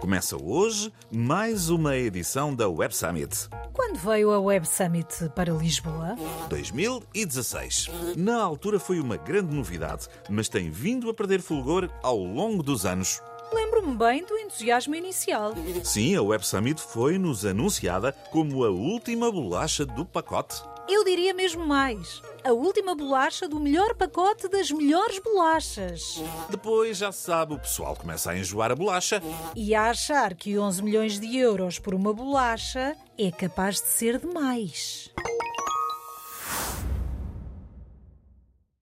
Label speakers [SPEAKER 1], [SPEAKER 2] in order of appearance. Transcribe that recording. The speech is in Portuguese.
[SPEAKER 1] Começa hoje mais uma edição da Web Summit
[SPEAKER 2] Quando veio a Web Summit para Lisboa?
[SPEAKER 1] 2016. Na altura foi uma grande novidade, mas tem vindo a perder fulgor ao longo dos anos.
[SPEAKER 2] Lembro-me bem do entusiasmo inicial.
[SPEAKER 1] Sim, a Web Summit foi-nos anunciada como a última bolacha do pacote.
[SPEAKER 2] Eu diria mesmo mais. A última bolacha do melhor pacote das melhores bolachas.
[SPEAKER 1] Depois, já se sabe, o pessoal começa a enjoar a bolacha.
[SPEAKER 2] E a achar que 11 milhões de euros por uma bolacha é capaz de ser demais.